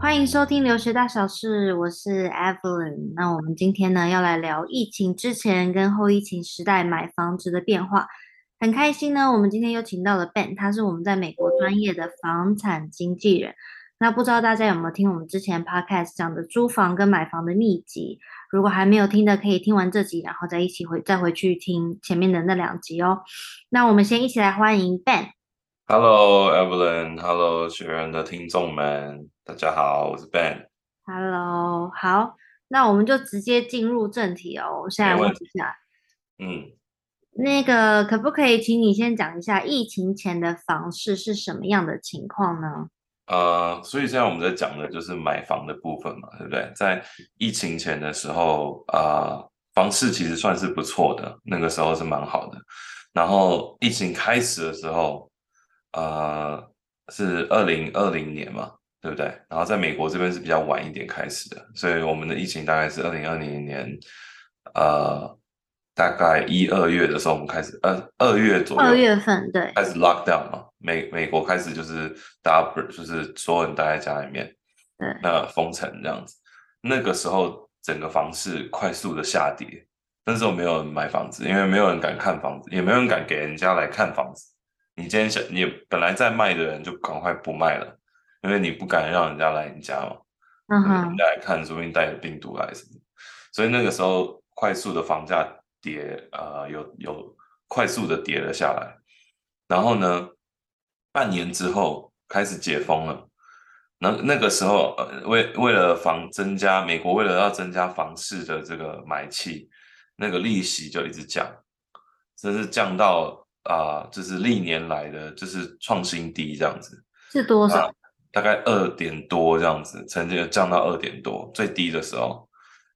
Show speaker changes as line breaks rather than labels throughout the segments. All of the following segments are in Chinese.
欢迎收听《留学大小事》，我是 Evelyn。那我们今天呢，要来聊疫情之前跟后疫情时代买房子的变化。很开心呢，我们今天又请到了 Ben，他是我们在美国专业的房产经纪人。那不知道大家有没有听我们之前 podcast 讲的租房跟买房的秘籍？如果还没有听的，可以听完这集，然后再一起回再回去听前面的那两集哦。那我们先一起来欢迎 Ben。
Hello Evelyn，Hello 学员的听众们，大家好，我是 Ben。
Hello，好，那我们就直接进入正题哦。我现
没
在问
问
一下，
嗯，
那个可不可以请你先讲一下疫情前的房市是什么样的情况呢？
呃，所以现在我们在讲的就是买房的部分嘛，对不对？在疫情前的时候，呃，房市其实算是不错的，那个时候是蛮好的。然后疫情开始的时候，呃，是二零二零年嘛，对不对？然后在美国这边是比较晚一点开始的，所以我们的疫情大概是二零二零年，呃，大概一二月的时候我们开始，呃，二月左右，
二月份，对，
开始 lockdown 嘛，美美国开始就是大家不就是所有人待在家里面，
对
那封城这样子。那个时候整个房市快速的下跌，那时候没有人买房子，因为没有人敢看房子，也没有人敢给人家来看房子。你今天想，你本来在卖的人就赶快不卖了，因为你不敢让人家来你家嘛。
嗯
那人
哼，
家来看，说不定带着病毒啊来什么的。所以那个时候快速的房价跌，呃，有有快速的跌了下来。然后呢，半年之后开始解封了。那那个时候，呃，为为了房增加，美国为了要增加房市的这个买气，那个利息就一直降，甚至降到啊、就是历年来的就是创新低这样子。
是多
啊
少？
大概二点多这样子，曾经降到二点多最低的时候，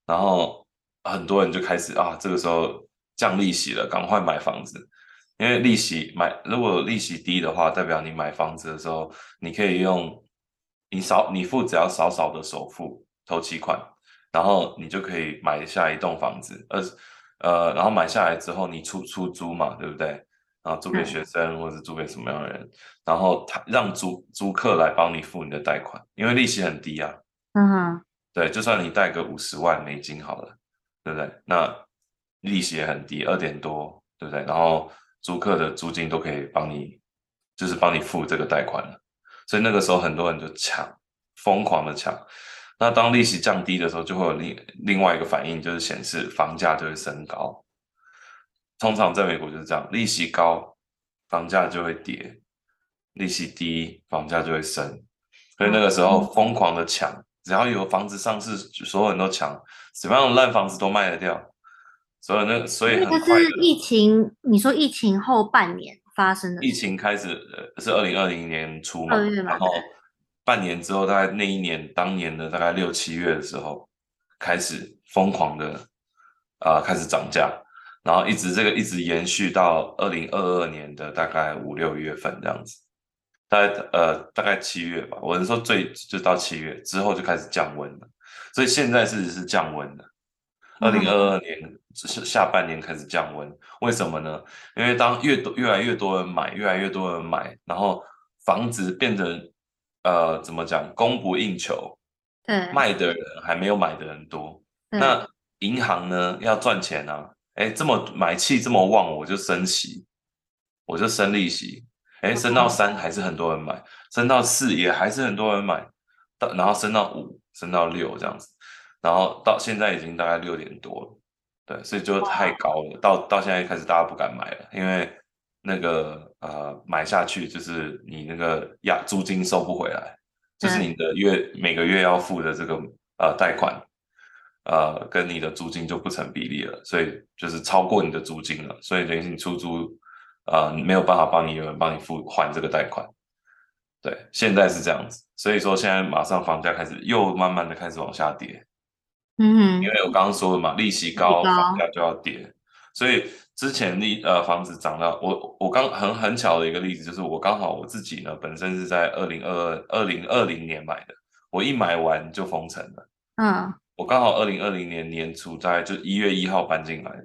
然后很多人就开始啊，这个时候降利息了，赶快买房子，因为利息买如果利息低的话，代表你买房子的时候，你可以用你少你付只要少少的首付头期款，然后你就可以买下一栋房子，二十呃，然后买下来之后你出出租嘛，对不对？然后租给
嗯
学生或者租给什么样的人，然后他让租租客来帮你付你的贷款，因为利息很低啊。
嗯哼，
对，就算你贷个五十万美金好了，对不对？那利息也很低，二点多，对不对？然后租客的租金都可以帮你，就是帮你付这个贷款了。所以那个时候很多人就抢，疯狂的抢。那当利息降低的时候，就会有另另外一个反应，就是显示房价就会升高。通常在美国就是这样，利息高，房价就会跌；利息低，房价就会升。所以那个时候疯狂的抢，只要有房子上市，所有人都抢，什么样的烂房子都卖得掉。所以那所以
那
很
个
快
是
的
疫情，你说疫情后半年发生的
疫
事，
情开始呃是二零二零年初嘛，
二月嘛
然后半年之后，大概那一年当年的大概六七月的时候，开始疯狂的啊、开始涨价，然后一直这个一直延续到二零二二年的大概五六月份这样子，大概呃大概七月吧，我是说最就到七月之后就开始降温了，所以现在是是降温的。二零二二年下下半年开始降温，为什么呢？因为当越多越来越多人买，越来越多人买，然后房子变成呃怎么讲，供不应求，
对，
卖的人还没有买的人多。
对
那银行呢要赚钱啊，哎，这么买气这么旺，我就升息，我就升利息，哎，升到三还是很多人买，升到四也还是很多人买，到然后升到五，升到六这样子，然后到现在已经大概六点多了，对，所以就太高了，到到现在开始大家不敢买了，因为那个呃买下去就是你那个押租金收不回来，就是
对
你的月每个月要付的这个呃贷款，呃跟你的租金就不成比例了，所以就是超过你的租金了，所以等于是你出租呃没有办法帮你有人帮你付还这个贷款。对，现在是这样子，所以说现在马上房价开始又慢慢的开始往下跌，
嗯哼，
因为我刚刚说了嘛，利息高，
利息高
房价就要跌，所以之前利呃房子涨到我我刚很很巧的一个例子就是我刚好我自己呢本身是在二零二二二零二零年买的，我一买完就封城了，
嗯
我刚好二零二零年年初，大概就一月一号搬进来的，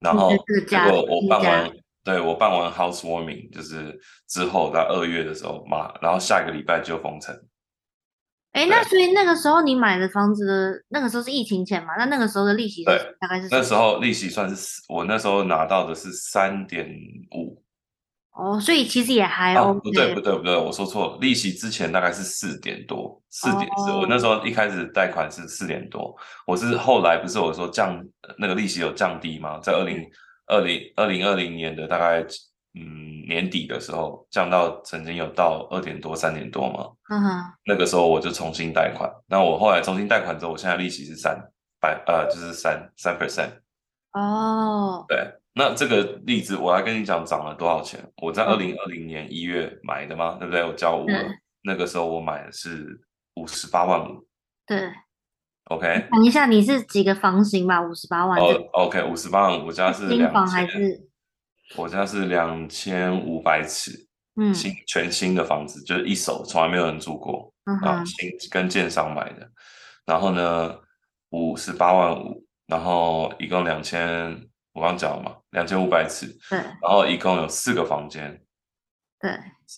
然
你的
后
这个
结
家
果我
新
办
家
完，对我办完 housewarming，就是之后在二月的时候嘛，然后下一个礼拜就封城，
哎，那
对
所以那个时候你买的房子的那个时候是疫情前嘛？那那个时候的利息是
对
大概是什
那
么？
时候利息算是四我那时候拿到的是三点五
哦，所以其实也还
啊，
OK
不对不对不对，我说错了，利息之前大概是四点多，四点四，我那时候一开始贷款是四点多，我是后来不是我说降那个利息有降低吗？在二零二零二零二零年的大概嗯年底的时候降到曾经有到二点多三点多嘛，
嗯哼，
那个时候我就重新贷款，那我后来重新贷款之后，我现在利息是三百呃就是三三 percent。
哦，
对，那这个例子我来跟你讲涨了多少钱。我在
嗯
二零二零年一月买的嘛，对不对？我交屋了，
嗯
那个时候我买的是五十八万五
对，
，OK，
想一下你是几个房型吧？五十八万，
哦，OK，五十八万五，我家
这
是
新
两
房还
千，
是
我家是两千五百尺，
嗯
新全新的房子，就是一手，从来没有人住过。
嗯
啊，
哼
新跟建商买的，然后呢，五十八万五，然后一共两千，我刚讲了嘛，两千五百尺，
对
然后一共有四个房间，
对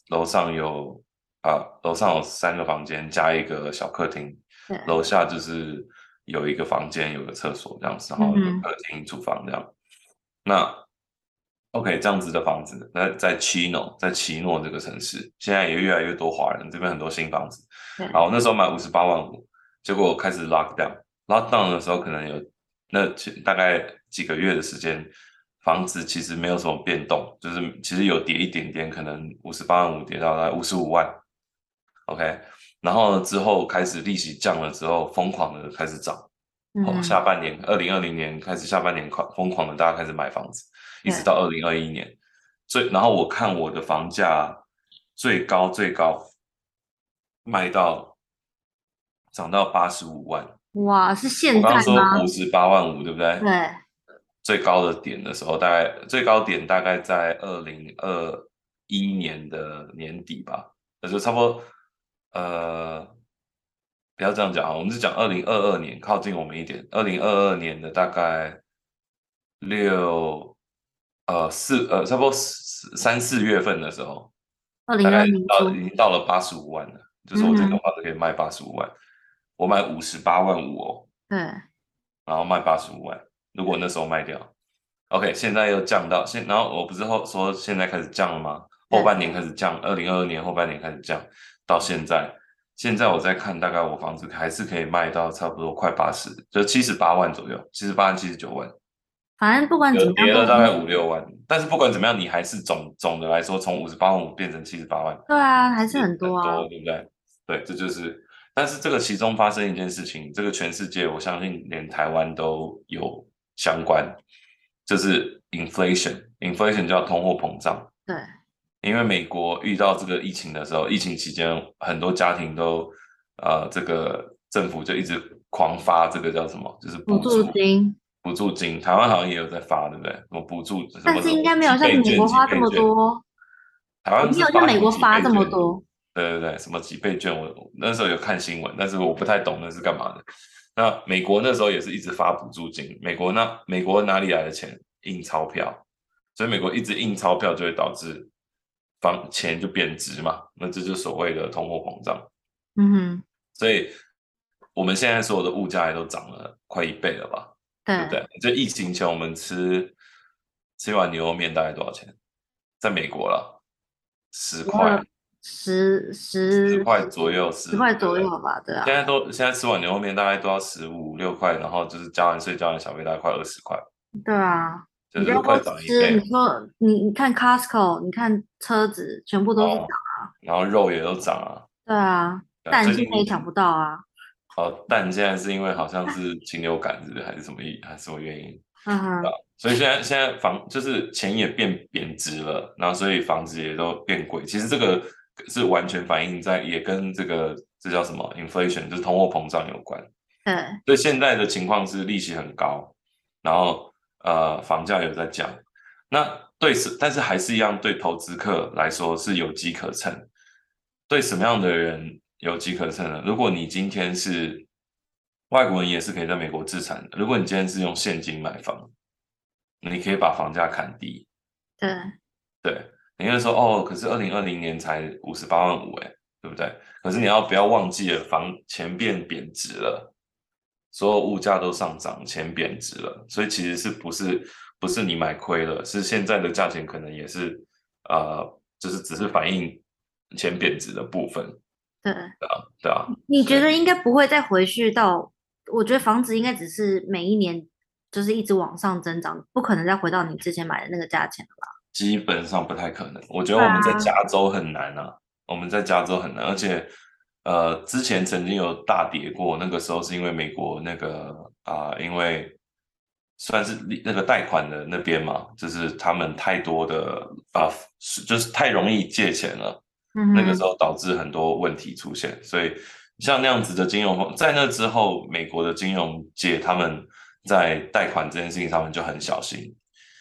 楼上有啊，楼上有三个房间加一个小客厅
对，
楼下就是有一个房间，有个厕所这样子，然后有
嗯哼
客厅、厨房这样。那 OK，这样子的房子，那在奇诺，在奇诺这个城市，现在也越来越多华人，这边很多新房子。
对
然后那时候买五十八万五，结果我开始 lock down，lock down 的时候可能有那其大概几个月的时间，房子其实没有什么变动，就是其实有跌一点点，可能五十八万五跌到大概五十五万，OK，然后之后开始利息降了之后，疯狂的开始涨，哦，
嗯
下半年二零二零年开始，下半年狂疯狂的大家开始买房子，一直
对
到二零二一年，最然后我看我的房价最高最高卖到涨到八十五万，
哇是现
我刚
在
刚说
吗？
五十八万五，对不对？
对，
最高的点的时候，大概最高点大概在二零二一年的年底吧，那就差不多，呃，不要这样讲啊，我们是讲二零二二年，靠近我们一点，二零二二年的大概六呃四呃差不多四三四月份的时候，
二零
大
二
概
零
到
初，
已经到了八十五万了，就是我这个
嗯
房子可以卖八十五万，我买五十八万五哦。
对
然后卖八十五万。如果那时候卖掉，OK，现在又降到现，然后我不是后说现在开始降了吗？
对
后半年开始降，二零二二年后半年开始降，到现在，现在我在看，大概我房子还是可以卖到差不多快八十，就七十八万左右，七十八万、七十九万，
反正不管怎
有
么
跌
样
了
都
大概五六万。但是不管怎么样，你还是总总的来说，从五十八万五变成七十八万，
对啊，还是
也
很多啊，
对不对？对，这就是。但是这个其中发生一件事情，这个全世界我相信连台湾都有相关，就是 inflation，inflation 叫通货膨胀。
对
因为美国遇到这个疫情的时候，疫情期间很多家庭都，呃，这个政府就一直狂发这个叫什么，就是
补
补
助
助
金，
补助金，台湾好像也有在发，对不对？什么补助什么？
但是应该没有像
几倍
美
券
国
几
花
倍
这么
券
多，
台湾
没
是
有像
发
美
什么
国
几
发
倍
这么
券
多，
对对对，什么几倍券，我我那时候有看新闻，但是我不太懂那是干嘛的。那美国那时候也是一直发补助金，美国那美国哪里来的钱？印钞票，所以美国一直印钞票就会导致房钱就贬值嘛，那这就是所谓的通货膨胀。
嗯哼，
所以我们现在所有的物价也都涨了快一倍了吧，对不
对，
对？就疫情前我们吃吃一碗牛肉面大概多少钱？在美国了，十块。
十十
十块左右，十
十块左右。吧，对啊
现，在都现在吃碗牛肉面大概都要十五六块，然后就是加完税加完小费大概快二十块，
对啊，
就
你不
是
要
快
说
涨一哦
吃，
倍
你。说你你看 Costco，你看车子全部都是
哦，然后肉也都涨啊。
对啊，
对啊
但
最
现
近
在也抢不到啊，
哦，但现在是因为好像是禽流感，是不是还是什么意还是什么原因？
嗯哼，
所以现在现在房就是钱也变贬值了，然后所以房子也都变贵。其实这个是完全反映在也跟这个这叫什么 inflation，就是通货膨胀有关。
对
所以现在的情况是利息很高，然后呃房价有在降，那对是但是还是一样对投资客来说是有机可乘。对什么样的人有机可乘呢？如果你今天是外国人也是可以在美国自产的。如果你今天是用现金买房，你可以把房价砍低。
对，
对，你会说哦，可是二零二零年才五十八万五，哎，对不对？可是你要不要忘记了，房钱变贬值了，所有物价都上涨，钱贬值了，所以其实是不是不是你买亏了，是现在的价钱可能也是呃，就是只是反映钱贬值的部分，
对，
对啊，
你觉得应该不会再回去到？我觉得房子应该只是每一年就是一直往上增长，不可能再回到你之前买的那个价钱了吧？
基本上不太可能。我觉得我们在加州很难啊，我们在加州很难，而且呃，之前曾经有大跌过，那个时候是因为美国那个啊、因为算是利那个贷款的那边嘛，就是他们太多的啊、是就是太容易借钱了，
嗯
那个
哼
时候导致很多问题出现，所以像那样子的金融风，在那之后，美国的金融界他们在贷款这件事情上面就很小心。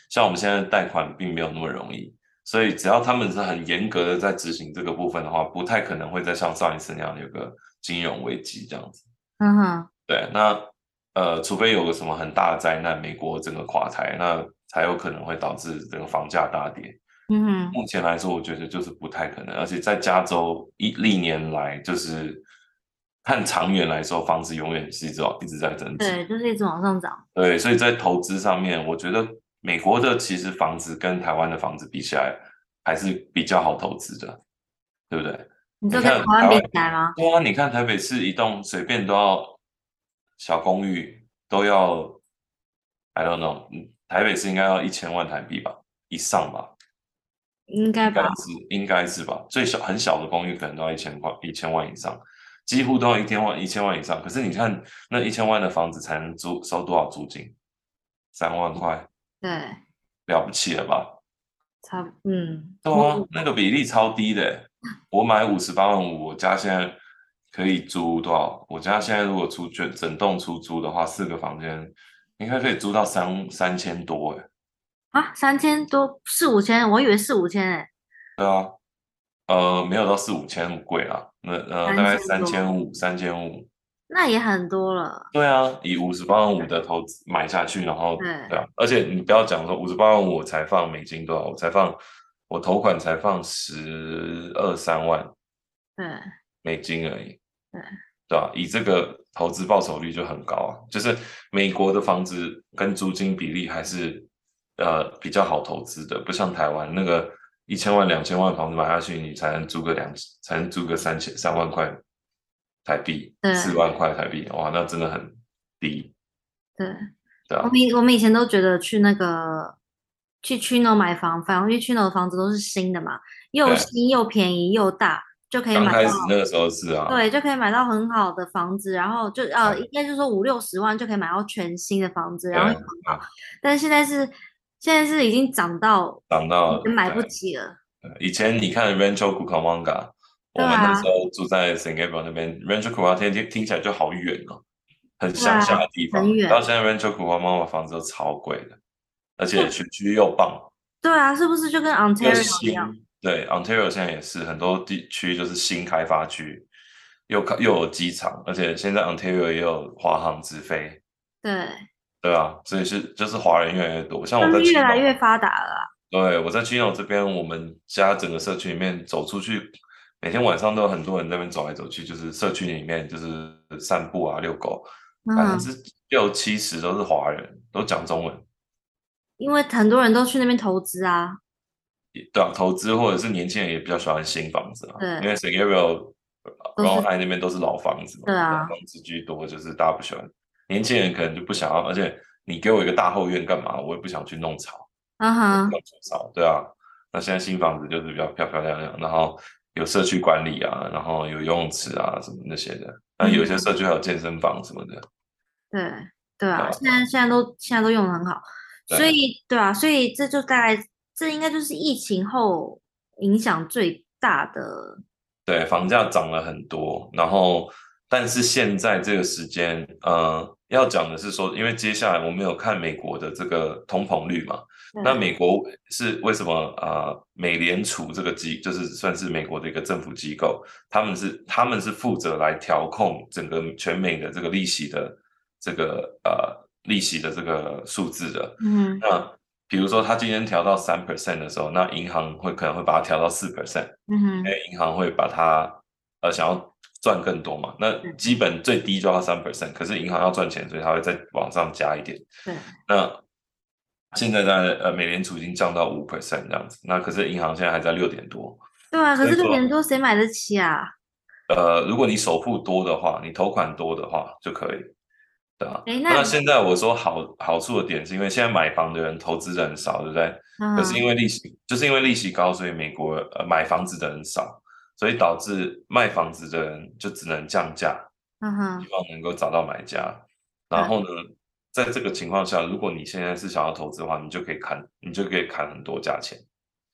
像我们现在贷款并没有那么容易，所以只要他们是很严格的在执行这个部分的话，不太可能会再像上一次那样有个金融危机这样子。
嗯哼，
对，那呃，除非有个什么很大的灾难，美国整个垮台，那才有可能会导致整个房价大跌。
嗯哼，
目前来说，我觉得就是不太可能，而且在加州一历年来，就是看长远来说，房子永远是一直一直在增值。
对，就是一直往上涨。
对，所以在投资上面，我觉得美国的其实房子跟台湾的房子比起来，还是比较好投资的，对不对？
你
你
就跟
看
台湾比
台湾
起来吗？
对啊，你看台北市一栋随便都要小公寓都要，I don't know，嗯台北市应该要一千万台币吧，以上吧。
应该
应该
吧，
是应该是吧，最小很小的公寓可能都要一千块一千万以上，几乎都要一千万一千万以上。可是你看那一千万的房子才能租收多少租金？三万块，
对，
了不起了吧？
差不，嗯，
对啊，那个比例超低的欸。我买五十八万五，我家现在可以租多少？我家现在如果出卷整栋出租的话，四个房间应该可以租到三三千多哎。
啊，三千多，四五千，我以为四五千欸诶。
对啊，呃，没有到四五千贵啊，那呃大概三千五三千五。
那也很多了，
对啊，以五十八万五的投资买下去，然后
对
对啊，而且你不要讲说五十八万五我才放美金多少，我才放我头款才放十二三万
对，
美金而已，
对
对啊，以这个投资报酬率就很高啊，就是美国的房子跟租金比例还是呃比较好投资的，不像台湾那个一千万两千万房子买下去，你才能租个两才能租个三千三万块台币，
对
四万块台币，哇，那真的很低。
对。
对
我
啊
们，以我们以前都觉得去那个去 Chino 买房，反正因为 Chino 的房子都是新的嘛，又
对
新又便宜又大，就可以
刚
哎买
开
到
始那个时候是啊，
对，就可以买到很好的房子，然后就呃，
对
应该就说五六十万就可以买到全新的房子，然后
对啊
又很好。但是现在是现在是已经涨到
涨到
也买不
哦对
起了，
对以前你看 Rancho Cucamonga，我
对
们
啊
那时候住在 San Gabriel 那边，Rancho Cucamonga 听听起来就好远哦，很乡下的地方
啊很。远
到现在 Rancho Cucamonga 的房子都超贵的，而且学区又棒，
对啊，是不是就跟
又
Ontario 一
新
样？。
对，Ontario 现在也是很多地区就是新开发区，又靠又有机场，而且现在 Ontario 也有华航直飞，
对，
对啊，所以是就是华人越来越多。像我
他
在
们越来
Chino-
越发达了啊。
对，我在 Chino 这边，我们家整个社区里面走出去，每天晚上都有很多人在那边走来走去，就是社区里面就是散步啊、遛狗，百分
嗯，
之六七十都是华人，都讲中文，
因为很多人都去那边投资啊。
也对啊，投资或者是年轻人也比较喜欢新房子啊，
对
因为 San Gabriel、
都是
Round High 那边都是老房子嘛，
对啊
老房子居多，就是大家不喜欢，年轻人可能就不想要，而且你给我一个大后院干嘛？我也不想去弄潮。
嗯哼，
要减少，对啊。那现在新房子就是比较漂漂亮亮，然后有社区管理啊，然后有游泳池啊什么那些的。那有一些社区还有健身房什么的，
对对啊，
啊
现在现在都现在都用的很好，所
对
以对啊，所以这就大概这应该就是疫情后影响最大的，
对，房价涨了很多。然后，但是现在这个时间，呃，要讲的是说，因为接下来我们有看美国的这个通膨率嘛，
嗯
那美国是为什么？呃，美联储这个机就是算是美国的一个政府机构，他们是他们是负责来调控整个全美的这个利息的这个呃利息的这个数字的。
嗯
那比如说，他今天调到三 percent 的时候，那银行会可能会把它调到四 percent，
嗯哼
因，为银行会把它呃想要赚更多嘛。那基本最低就要三 percent，可是银行要赚钱，所以它会再往上加一点。
对，
那现在在呃美联储已经降到五 percent 这样子，那可是银行现在还在六点多。
对啊，可
所以
是六
说
点多谁买得起啊？
呃，如果你首付多的话，你头款多的话就可以，对啊。
诶，
那
那
现在我说好好处的点是因为现在买房的人投资人少，对不对？
嗯
可是因为利息，就是因为利息高，所以美国呃买房子的人少，所以导致卖房子的人就只能降价，
嗯哼，
希望能够找到买家。然后呢，
嗯
在这个情况下，如果你现在是想要投资的话，你就可以砍，你就可以砍很多价钱。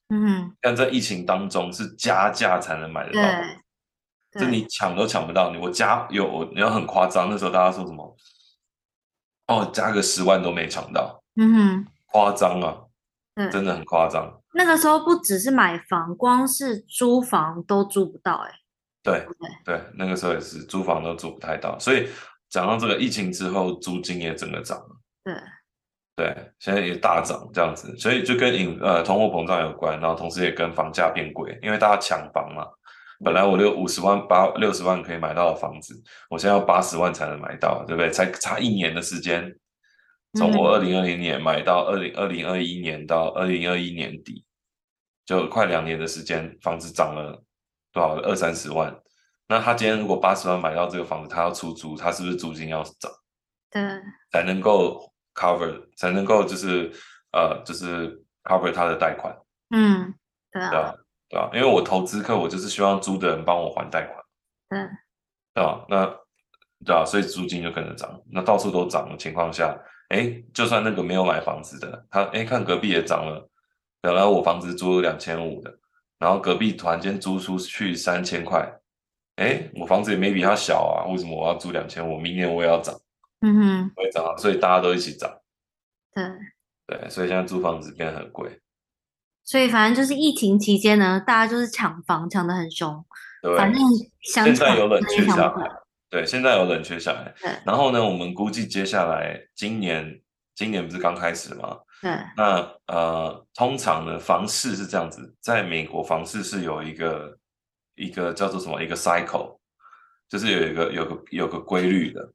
嗯哼，
但在疫情当中是加价才能买得
对
到，，
对，
这你抢都抢不到。你我加有我，你要很夸张，那时候大家说什么？哦，加个十万都没抢到，
嗯哼，
夸张啊，
对，
真的很夸张。
那个时候不只是买房，光是租房都租不到、欸，哎，
对
不对
对，那个时候也是租房都租不太到，所以讲到这个疫情之后，租金也整个涨了，
对，
对，现在也大涨这样子，所以就跟影呃通货膨胀有关，然后同时也跟房价变贵，因为大家抢房嘛，本来我六五十万八六十万可以买到的房子，我现在要八十万才能买到，对不对？才差一年的时间，从我二零二零年买到二零二零二一年到二零二一年底，就快两年的时间，房子涨了多少？二三十万。那他今天如果八十万买到这个房子，他要出租，他是不是租金要涨
对，
才能够 cover，才能够就是呃就是 cover 他的贷款，
嗯，对
对吧
啊，？
对吧？因为我投资客，我就是希望租的人帮我还贷款，
对，
对吧？那对啊吧？所以租金就跟着涨，那到处都涨的情况下，哎，就算那个没有买房子的，他哎看隔壁也涨了，本来我房子租两千五的，然后隔壁突然间租出去三千块，哎，我房子也没比他小啊，为什么我要租两千五？明年我也要涨，
嗯哼，
我也涨啊，所以大家都一起涨，
对。
对，所以现在租房子变得很贵，
所以反正就是疫情期间呢，大家就是抢房抢得很凶，
对不
反
对
正？想
现
抢
在有冷
也
却
抢
下
不
来，对，现在有冷却下来
对。
然后呢，我们估计接下来今年，今年不是刚开始吗？
对，
那呃，通常呢，房市是这样子，在美国房市是有一个一个叫做什么一个 cycle，就是有一个有个有个规律的，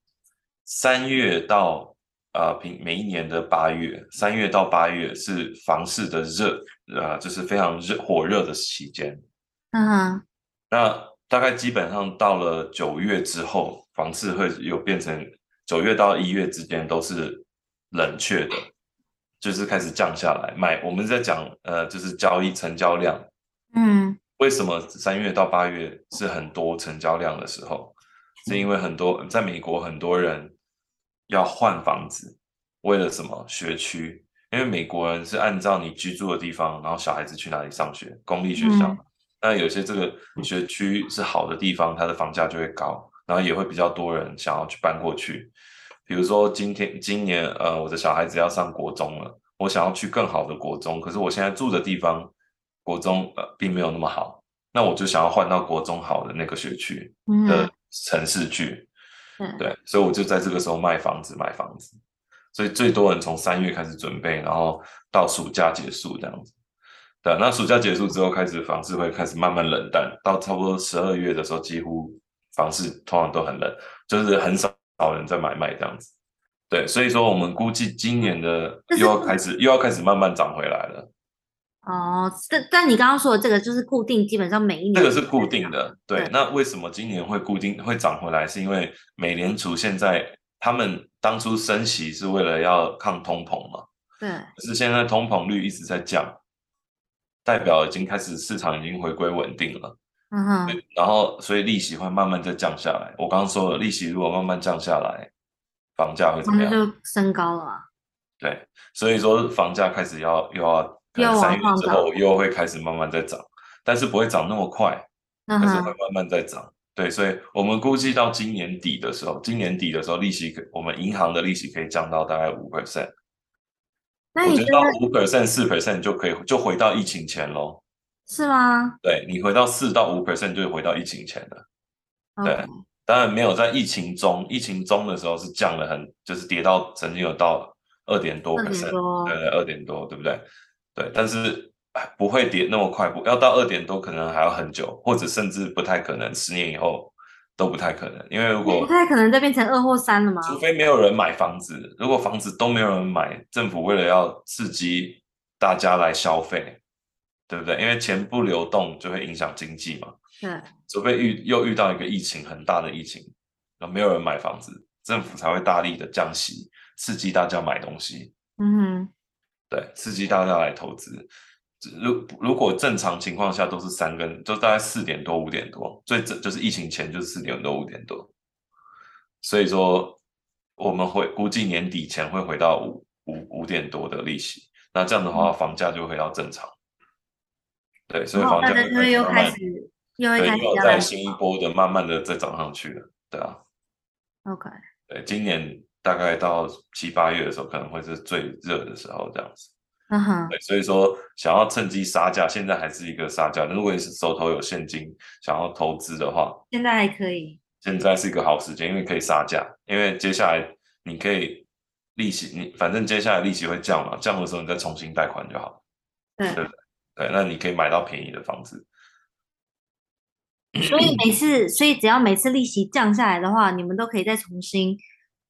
三月到呃平每一年的八月，三月到八月是房市的热呃，就是非常热火热的期间。
嗯哼，
那大概基本上到了九月之后，房市会有变成九月到一月之间都是冷却的，就是开始降下来。买我们在讲呃，就是交易成交量，
嗯
为什么三月到八月是很多成交量的时候？是因为很多在美国很多人要换房子，为了什么？学区，因为美国人是按照你居住的地方，然后小孩子去哪里上学，公立学校。
嗯
那有些这个学区是好的地方，它的房价就会高，然后也会比较多人想要去搬过去。比如说今天今年呃，我的小孩子要上国中了，我想要去更好的国中，可是我现在住的地方国中呃并没有那么好，那我就想要换到国中好的那个学区
嗯
的
哼，
城市去，
对
对，所以我就在这个时候卖房子买房子，所以最多人从三月开始准备，然后到暑假结束这样子。对，啊那暑假结束之后，开始房市会开始慢慢冷淡，到差不多十二月的时候，几乎房市通常都很冷，就是很少人在买卖这样子。对，所以说我们估计今年的
但是
又要开始又要开始慢慢涨回来了。
哦，但但你刚刚说的这个就是固定，基本上每一
这
年
个是
都
固
在
定
涨，
的，对
对。
那为什么今年会固定会涨回来？是因为美联储现在他们当初升息是为了要抗通膨嘛？
对，
可是现在通膨率一直在降，代表已经开始市场已经回归稳定了。
嗯哼，
然后所以利息会慢慢再降下来。我刚刚说了，利息如果慢慢降下来，房价会怎么
那
样？
就升高了啊，
对，所以说房价开始要又要可
又
能
往
三月
上
之后又会开始慢慢再涨，但是不会涨那么快。
嗯
但是
哼，
会慢慢在涨。对，所以我们估计到今年底的时候，今年底的时候，利息可我们银行的利息可以降到大概五 percent，
那
我
你
觉
觉
得到
得
五 percent、四 percent 就可以，就回到疫情前喽。
是吗？
对你回到四到五 percent 就是回到疫情前了。对
OK，
当然没有在疫情中，疫情中的时候是降了很，就是跌到曾经有到二点多
二点
percent，
多，
对，二点多，对不对？对，但是哎不会跌那么快，不要到二点多，可能还要很久，或者甚至不太可能，十年以后都不太可能，因为如
不
果
太可能再变成二或三了吗？
除非没有人买房子，如果房子都没有人买，政府为了要刺激大家来消费，对不对？因为钱不流动就会影响经济嘛。
对，
除非遇又遇到一个疫情很大的疫情，然后没有人买房子，政府才会大力的降息，刺激大家买东西，
嗯
对，刺激大家来投资。如如果正常情况下都是三根，就大概四点多五点多，最这就是疫情前就是四点多五点多，所以说我们会估计年底前会回到五五五点多的利息，那这样的
嗯
话房价就会回到正常，对，
哼，
所以
然后
房
大
价
家
会
就会又
慢
开
慢
始，又会
对，
开始
又有
要
在
来
新一波的慢慢的再涨上去了，对啊，
，OK，
对，今年大概到七八月的时候可能会是最热的时候这样子，
嗯哼，
对，所以说想要趁机杀价，现在还是一个杀价，如果你是手头有现金想要投资的话，
现在还可以，
现在是一个好时间，因为可以杀价，因为接下来你可以利息，你反正接下来利息会降嘛，降的时候你再重新贷款就好了，
对，
对，那你可以买到便宜的房子，
所以每次，所以只要每次利息降下来的话，你们都可以再重新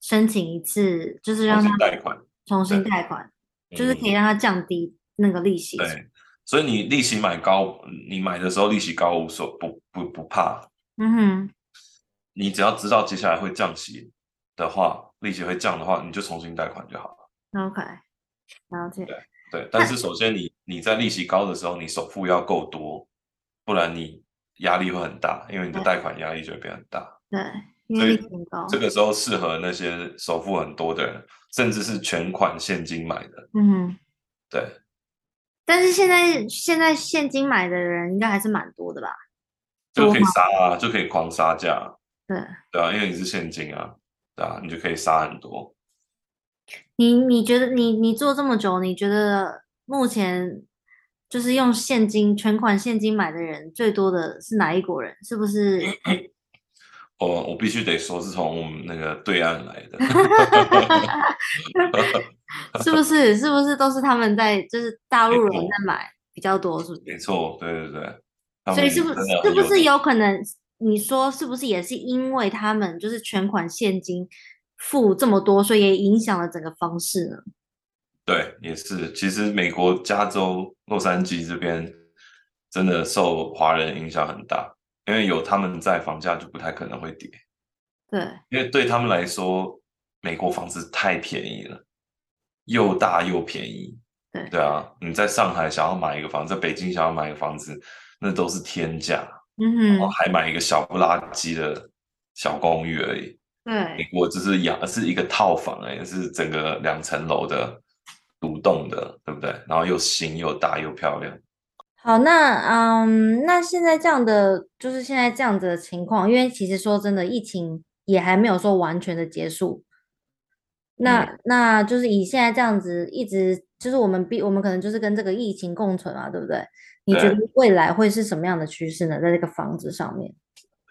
申请一次，就是
重
让
新
它
贷款，嗯
重新贷款，啊就是可以让它降低那个利息。
对，所以你利息买高，你买的时候利息高无所不不不怕，
嗯哼，
你只要知道接下来会降息的话，利息会降的话，你就重新贷款就好了。
OK，了解。
对，但是首先你你在利息高的时候，你首付要够多，不然你压力会很大，因为你的
对
贷款压力就会变很大。
对，因
所
为
以
利息很高。
这个时候适合那些首付很多的人，甚至是全款现金买的。
嗯哼，
对，
但是现在现在现金买的人应该还是蛮多的吧？
就
多
可以
吗
杀啊，就可以狂杀价啊，
对，
对啊，因为你是现金啊，对啊，你就可以杀很多。
你你觉得你你做这么久，你觉得目前就是用现金全款现金买的人最多的是哪一国人？是不是
我哦我必须得说，是从我们那个对岸来 的。
是不是？是不是都是他们在，就是大
没
陆人
错
在买比较多，是不是？
没错，对对对，他
所以
们
是不
真的
是
很
不是
钱
有可能？你说是不是也是因为他们就是全款现金付这么多，所以也影响了整个方式呢？
对，也是。其实美国加州洛杉矶这边真的受华人影响很大，因为有他们在，房价就不太可能会跌，
对，
因为对他们来说，美国房子太便宜了，又大又便宜。
对
对啊，你在上海想要买一个房子，在北京想要买一个房子，那都是天价，
嗯
然后
哼，
还买一个小不拉几的小公寓而已。美
对，
国就是洋是一个套房、欸，是整个两层楼的独栋的，对不对？然后又新又大又漂亮。
好，那嗯，那现在这样的就是现在这样子的情况，因为其实说真的，疫情也还没有说完全的结束。
嗯
那那就是以现在这样子，一直就是我们必我们可能就是跟这个疫情共存嘛，对不对？你觉
对
得未来会是什么样的趋势呢？在这个房子上面，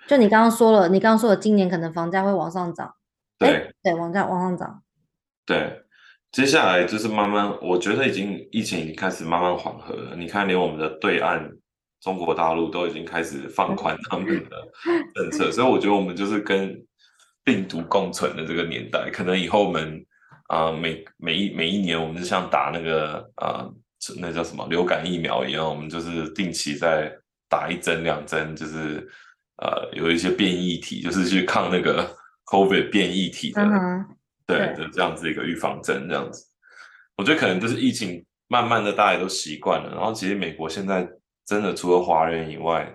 就你刚刚说了，你刚刚说了，今年可能房价会往上涨，哎
对
对，往价往上涨，
对，接下来就是慢慢，我觉得已经疫情已经开始慢慢缓和了。你看，连我们的对岸中国大陆都已经开始放宽他们的政策，所以我觉得我们就是跟病毒共存的这个年代，可能以后我们啊、呃每每一每一年，我们就像打那个啊、呃那叫什么流感疫苗一样，我们就是定期在打一针两针，就是呃有一些变异体，就是去抗那个 COVID 变异体的。
嗯哼，
对
对
的，这样子一个预防针，这样子，我觉得可能就是疫情慢慢的大家也都习惯了，然后其实美国现在真的除了华人以外，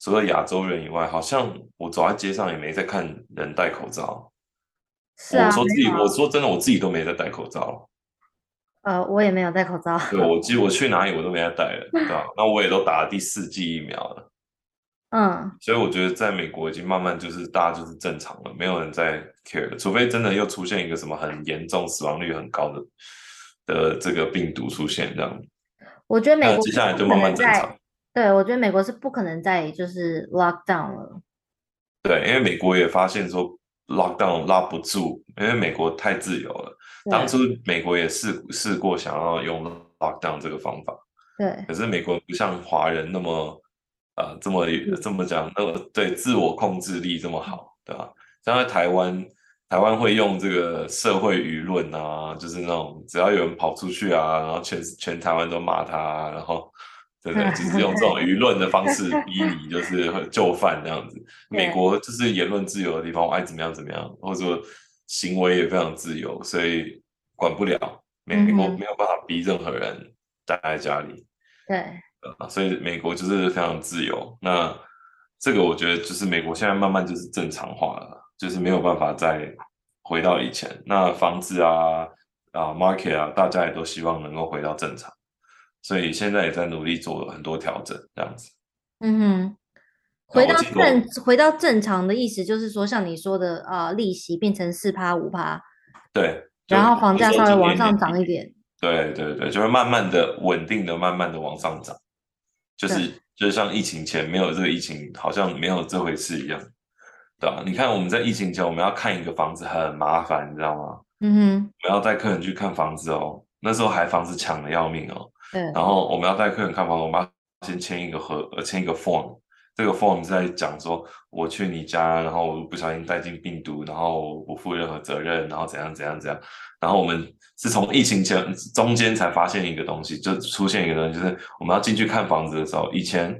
除了亚洲人以外，好像我走在街上也没在看人戴口罩。
是啊
我，说自
没
己，
有啊
我说真的，我自己都没在戴口罩了。
呃，我也没有戴口罩，
对，我记我去哪里我都没在戴了，对吧、那我也都打了第四剂疫苗了，
嗯，
所以我觉得在美国已经慢慢就是大家就是正常了，没有人在 care 了，除非真的又出现一个什么很严重、死亡率很高的的这个病毒出现这样。
我觉得美
那
国
接
是
下来
不
就
可
慢
能
慢正
再
常。
对，我觉得美国是不可能再就是 lock down 了。
对，因为美国也发现说 lockdown 拉不住，因为美国太自由了。当
对
初美国也试试过想要用 lockdown 这个方法，
对
可是美国不像华人那么呃这么
嗯
这么讲，那么对自我控制力这么好，对吧？像在台湾，台湾会用这个社会舆论啊，就是那种只要有人跑出去啊，然后全全台湾都骂他啊，然后 对不对？就是用这种舆论的方式逼你，就是会就范这样子。美
对
国就是言论自由的地方，我爱怎么样怎么样，或者说行为也非常自由，所以管不了。美国
嗯哼
没有办法逼任何人待在家里。
对
啊，所以美国就是非常自由。那这个我觉得就是美国现在慢慢就是正常化了，就是没有办法再回到以前。那房子啊啊 market 啊，大家也都希望能够回到正常，所以现在也在努力做很多调整，这样子。
嗯哼，回
我
到
记得我
正回到正常的意思就是说，像你说的啊、呃利息变成四趴五趴，
对，就
然后房
比如
价稍
说
微
今
往
年
上
年
涨
底
一点。
对对对，就会慢慢的、稳定的、慢慢的往上涨，就是就是像疫情前没有这个疫情，好像没有这回事一样，对啊吧、你看我们在疫情前，我们要看一个房子很麻烦，你知道吗？
嗯
我们要带客人去看房子哦，那时候还房子抢的要命哦，
哼，对
然后我们要带客人看房，我们要先签一个合，呃，签一个 form。这个 form 是在讲说，我去你家，然后我不小心带进病毒，然后我不负任何责任，然后怎样怎样怎样。然后我们是从疫情前中间才发现一个东西，就出现一个东西，就是我们要进去看房子的时候，以前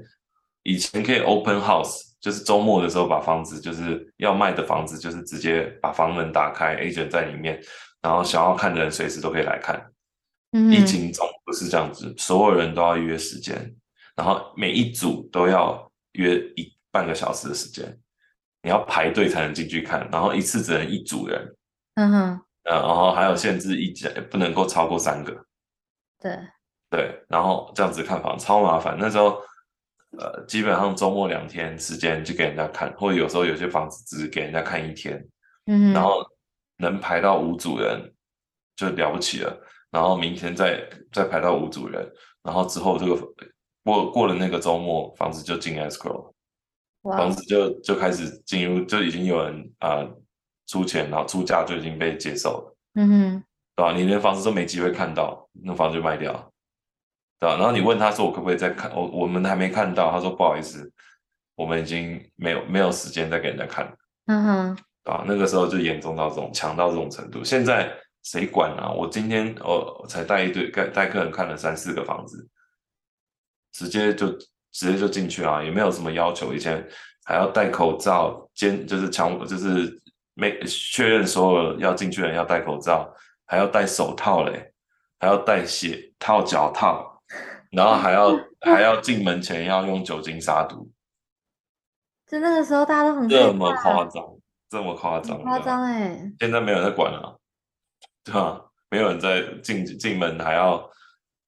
以前可以 open house，就是周末的时候把房子就是要卖的房子，就是直接把房门打开，agent 在里面，然后想要看的人随时都可以来看。
嗯
疫
哼，
情中不是这样子，所有人都要约时间，然后每一组都要约一半个小时的时间，你要排队才能进去看，然后一次只能一组人，
嗯哼，
呃，然后还有限制一家不能够超过三个，
对
对，然后这样子看房超麻烦。那时候，呃，基本上周末两天时间去给人家看，或者有时候有些房子只是给人家看一天，
嗯哼，
然后能排到五组人就了不起了，然后明天再再排到五组人，然后之后这个过过了那个周末，房子就进 escrow，
哇
房子就就开始进入，就已经有人啊、呃出钱，然后出价就已经被接受了。
嗯哼，
对吧？你连房子都没机会看到，那房子就卖掉了，对吧？然后你问他说我可不可以再看，我我们还没看到，他说不好意思，我们已经没有没有时间再给人家看，
嗯哼，
对啊吧？那个时候就严重到这种强到这种程度，现在谁管啊？我今天哦才带一堆带带客人看了三四个房子，直接就直接就进去啊，也没有什么要求，以前还要戴口罩，监就是强就是没确认所有要进去的人要戴口罩，还要戴手套嘞，还要戴鞋套、脚套，然后还要还要进门前要用酒精杀毒，
就那个时候大家都很
这
害
么
怕
夸张，这么夸张，
很夸
对吧
张哎，
现在没有人在管了、对吧、没有人在进进门还要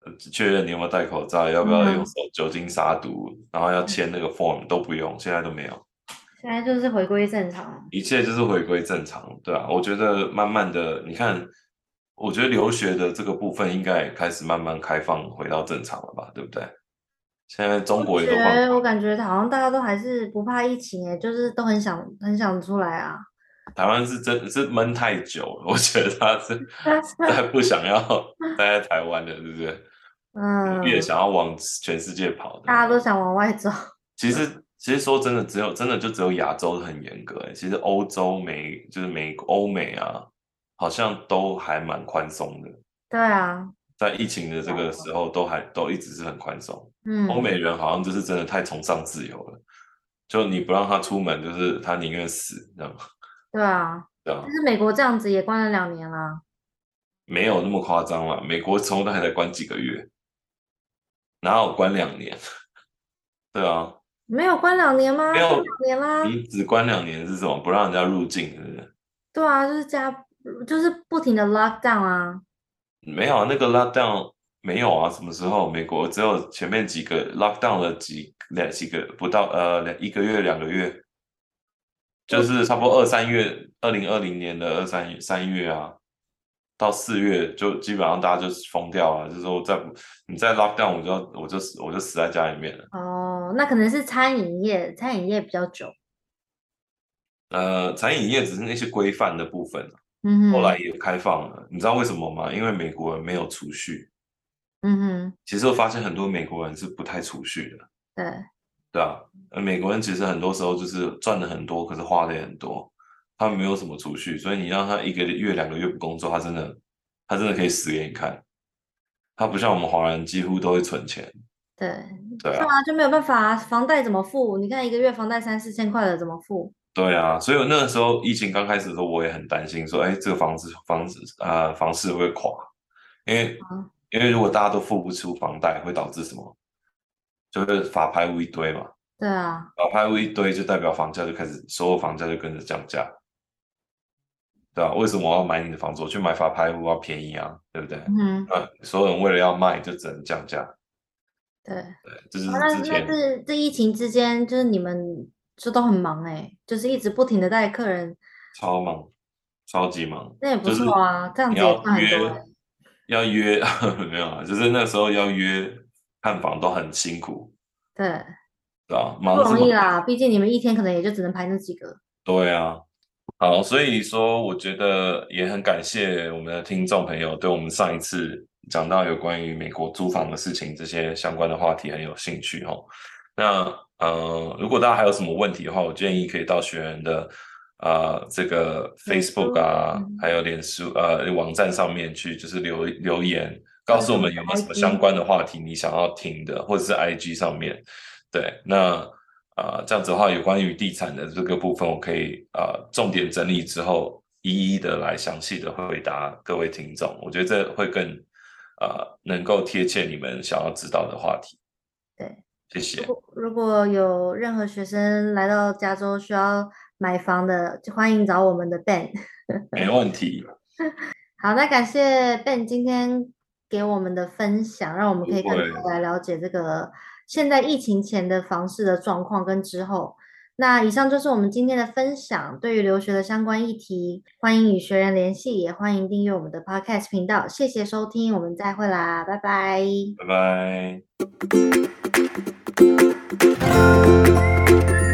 呃确认你有没有戴口罩，要不要
嗯
用手酒精杀毒，然后要签那个 form 都不用，现在都没有，
现在就是回归正常了。
一切就是回归正常，对啊，我觉得慢慢的，你看，我觉得留学的这个部分应该也开始慢慢开放回到正常了吧，对不对？现在中国也
觉
都放
得我感觉好像大家都还是不怕疫情诶，就是都很想很想出来啊。
台湾是真是闷太久了，我觉得 他是太不想要待在台湾了，对不对？
嗯，
也想要往全世界跑的。
大家都想往外走。
其实其实说真的，只有真的就只有亚洲很严格、欸，其实欧洲美就是美欧美啊，好像都还蛮宽松的，
对啊，
在疫情的这个时候都还都一直是很宽松。
哦嗯，
欧美人好像就是真的太崇尚自由了，就你不让他出门，就是他宁愿死，这样
对啊，
这样
但是美国这样子也关了两年了。
没有那么夸张了。美国从大概才关几个月，哪有关两年？ 对啊，
没有关两年吗？
没有嗯
关两年啦。
你只关两年是什么？不让人家入境，是不是？
对啊，就是加，就是不停的 lock down 啊。
没有啊，那个 lockdown 没有啊，什么时候？美国只有前面几个 lockdown 了几两几个不到呃两一个月两个月，就是差不多二三月，二零二零年的二三月三月啊，到四月就基本上大家就疯掉啊了，就是说再不你再 lock down，我就要我就死我就死在家里面了。
哦，那可能是餐饮业，餐饮业比较久。
呃，餐饮业只是那些规范的部分，啊
嗯哼，
后来，也开放了。你知道为什么吗？因为美国人没有储蓄。
嗯哼，
其实我发现很多美国人是不太储蓄的，
对，
对啊，呃，美国人其实很多时候就是赚的很多，可是花的也很多，他们没有什么储蓄，所以你让他一个月、两个月不工作，他真的，他真的可以死给你看。他不像我们华人，几乎都会存钱，
对，
对
是
啊，
啊，就没有办法啊，房贷怎么付？你看一个月房贷三四千块了，怎么付？
对啊。所以我那个时候疫情刚开始的时候，我也很担心，说，哎，这个房子、房子啊、呃房市会不会垮，因为
嗯
因为如果大家都付不出房贷，会导致什么？就是法拍屋一堆嘛，
对啊，
法拍屋一堆就代表房价就开始，所有房价就跟着降价，对啊，为什么我要买你的房子？我去买法拍屋要便宜啊，对不对？
嗯哼，
那、所有人为了要卖，就只能降价。
对。
对，这就是
哦那
之
那
前
这这疫情之间，就是你们就都很忙哎、就是一直不停的带客人，
超忙，超级忙。
那也不
就是
错啊，这样
你
子也
要
赚很多、
约
欸。，
要约 没有啊？就是那时候要约看房都很辛苦，
对，
对吧、啊？
不
忙
容
什
易
么？
啦，毕竟你们一天可能也就只能排那几个。
对啊，好，所以说我觉得也很感谢我们的听众朋友对我们上一次讲到有关于美国租房的事情这些相关的话题很有兴趣哦。那呃，如果大家还有什么问题的话，我建议可以到学员的啊、呃这个
脸书
Facebook 啊
嗯，
还有脸书呃网站上面去，就是留留言，告诉我们有没有什么
IG
相关的话题你想要听的，或者是 IG 上面。对，那啊、呃这样子的话，有关于地产的这个部分，我可以啊、呃重点整理之后，一一的来详细的回答各位听众。我觉得这会更啊、呃能够贴切你们想要知道的话题。
对，
谢谢
如。果如果有任何学生来到加州需要买房的，就欢迎找我们的 Ben。
没问题。
好，那感谢 Ben 今天给我们的分享，让我们可以
不
更
会
多来了解这个现在疫情前的房市的状况跟之后。那以上就是我们今天的分享，对于留学的相关议题，欢迎与学员联系，也欢迎订阅我们的 Podcast 频道。谢谢收听，我们再会啦，拜拜。
拜拜。